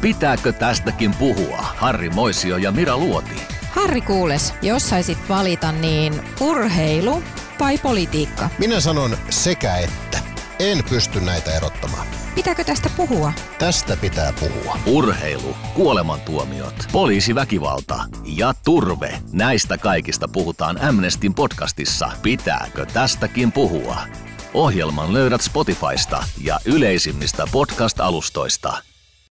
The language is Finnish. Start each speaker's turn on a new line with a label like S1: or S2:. S1: Pitääkö tästäkin puhua? Harri Moisio ja Mira Luoti.
S2: Harri kuules, jos saisit valita, niin urheilu vai politiikka?
S3: Minä sanon sekä että. En pysty näitä erottamaan.
S2: Pitääkö tästä puhua?
S3: Tästä pitää puhua.
S1: Urheilu, kuolemantuomiot, poliisiväkivalta ja turve. Näistä kaikista puhutaan Amnestin podcastissa. Pitääkö tästäkin puhua? Ohjelman löydät Spotifysta ja yleisimmistä podcast-alustoista.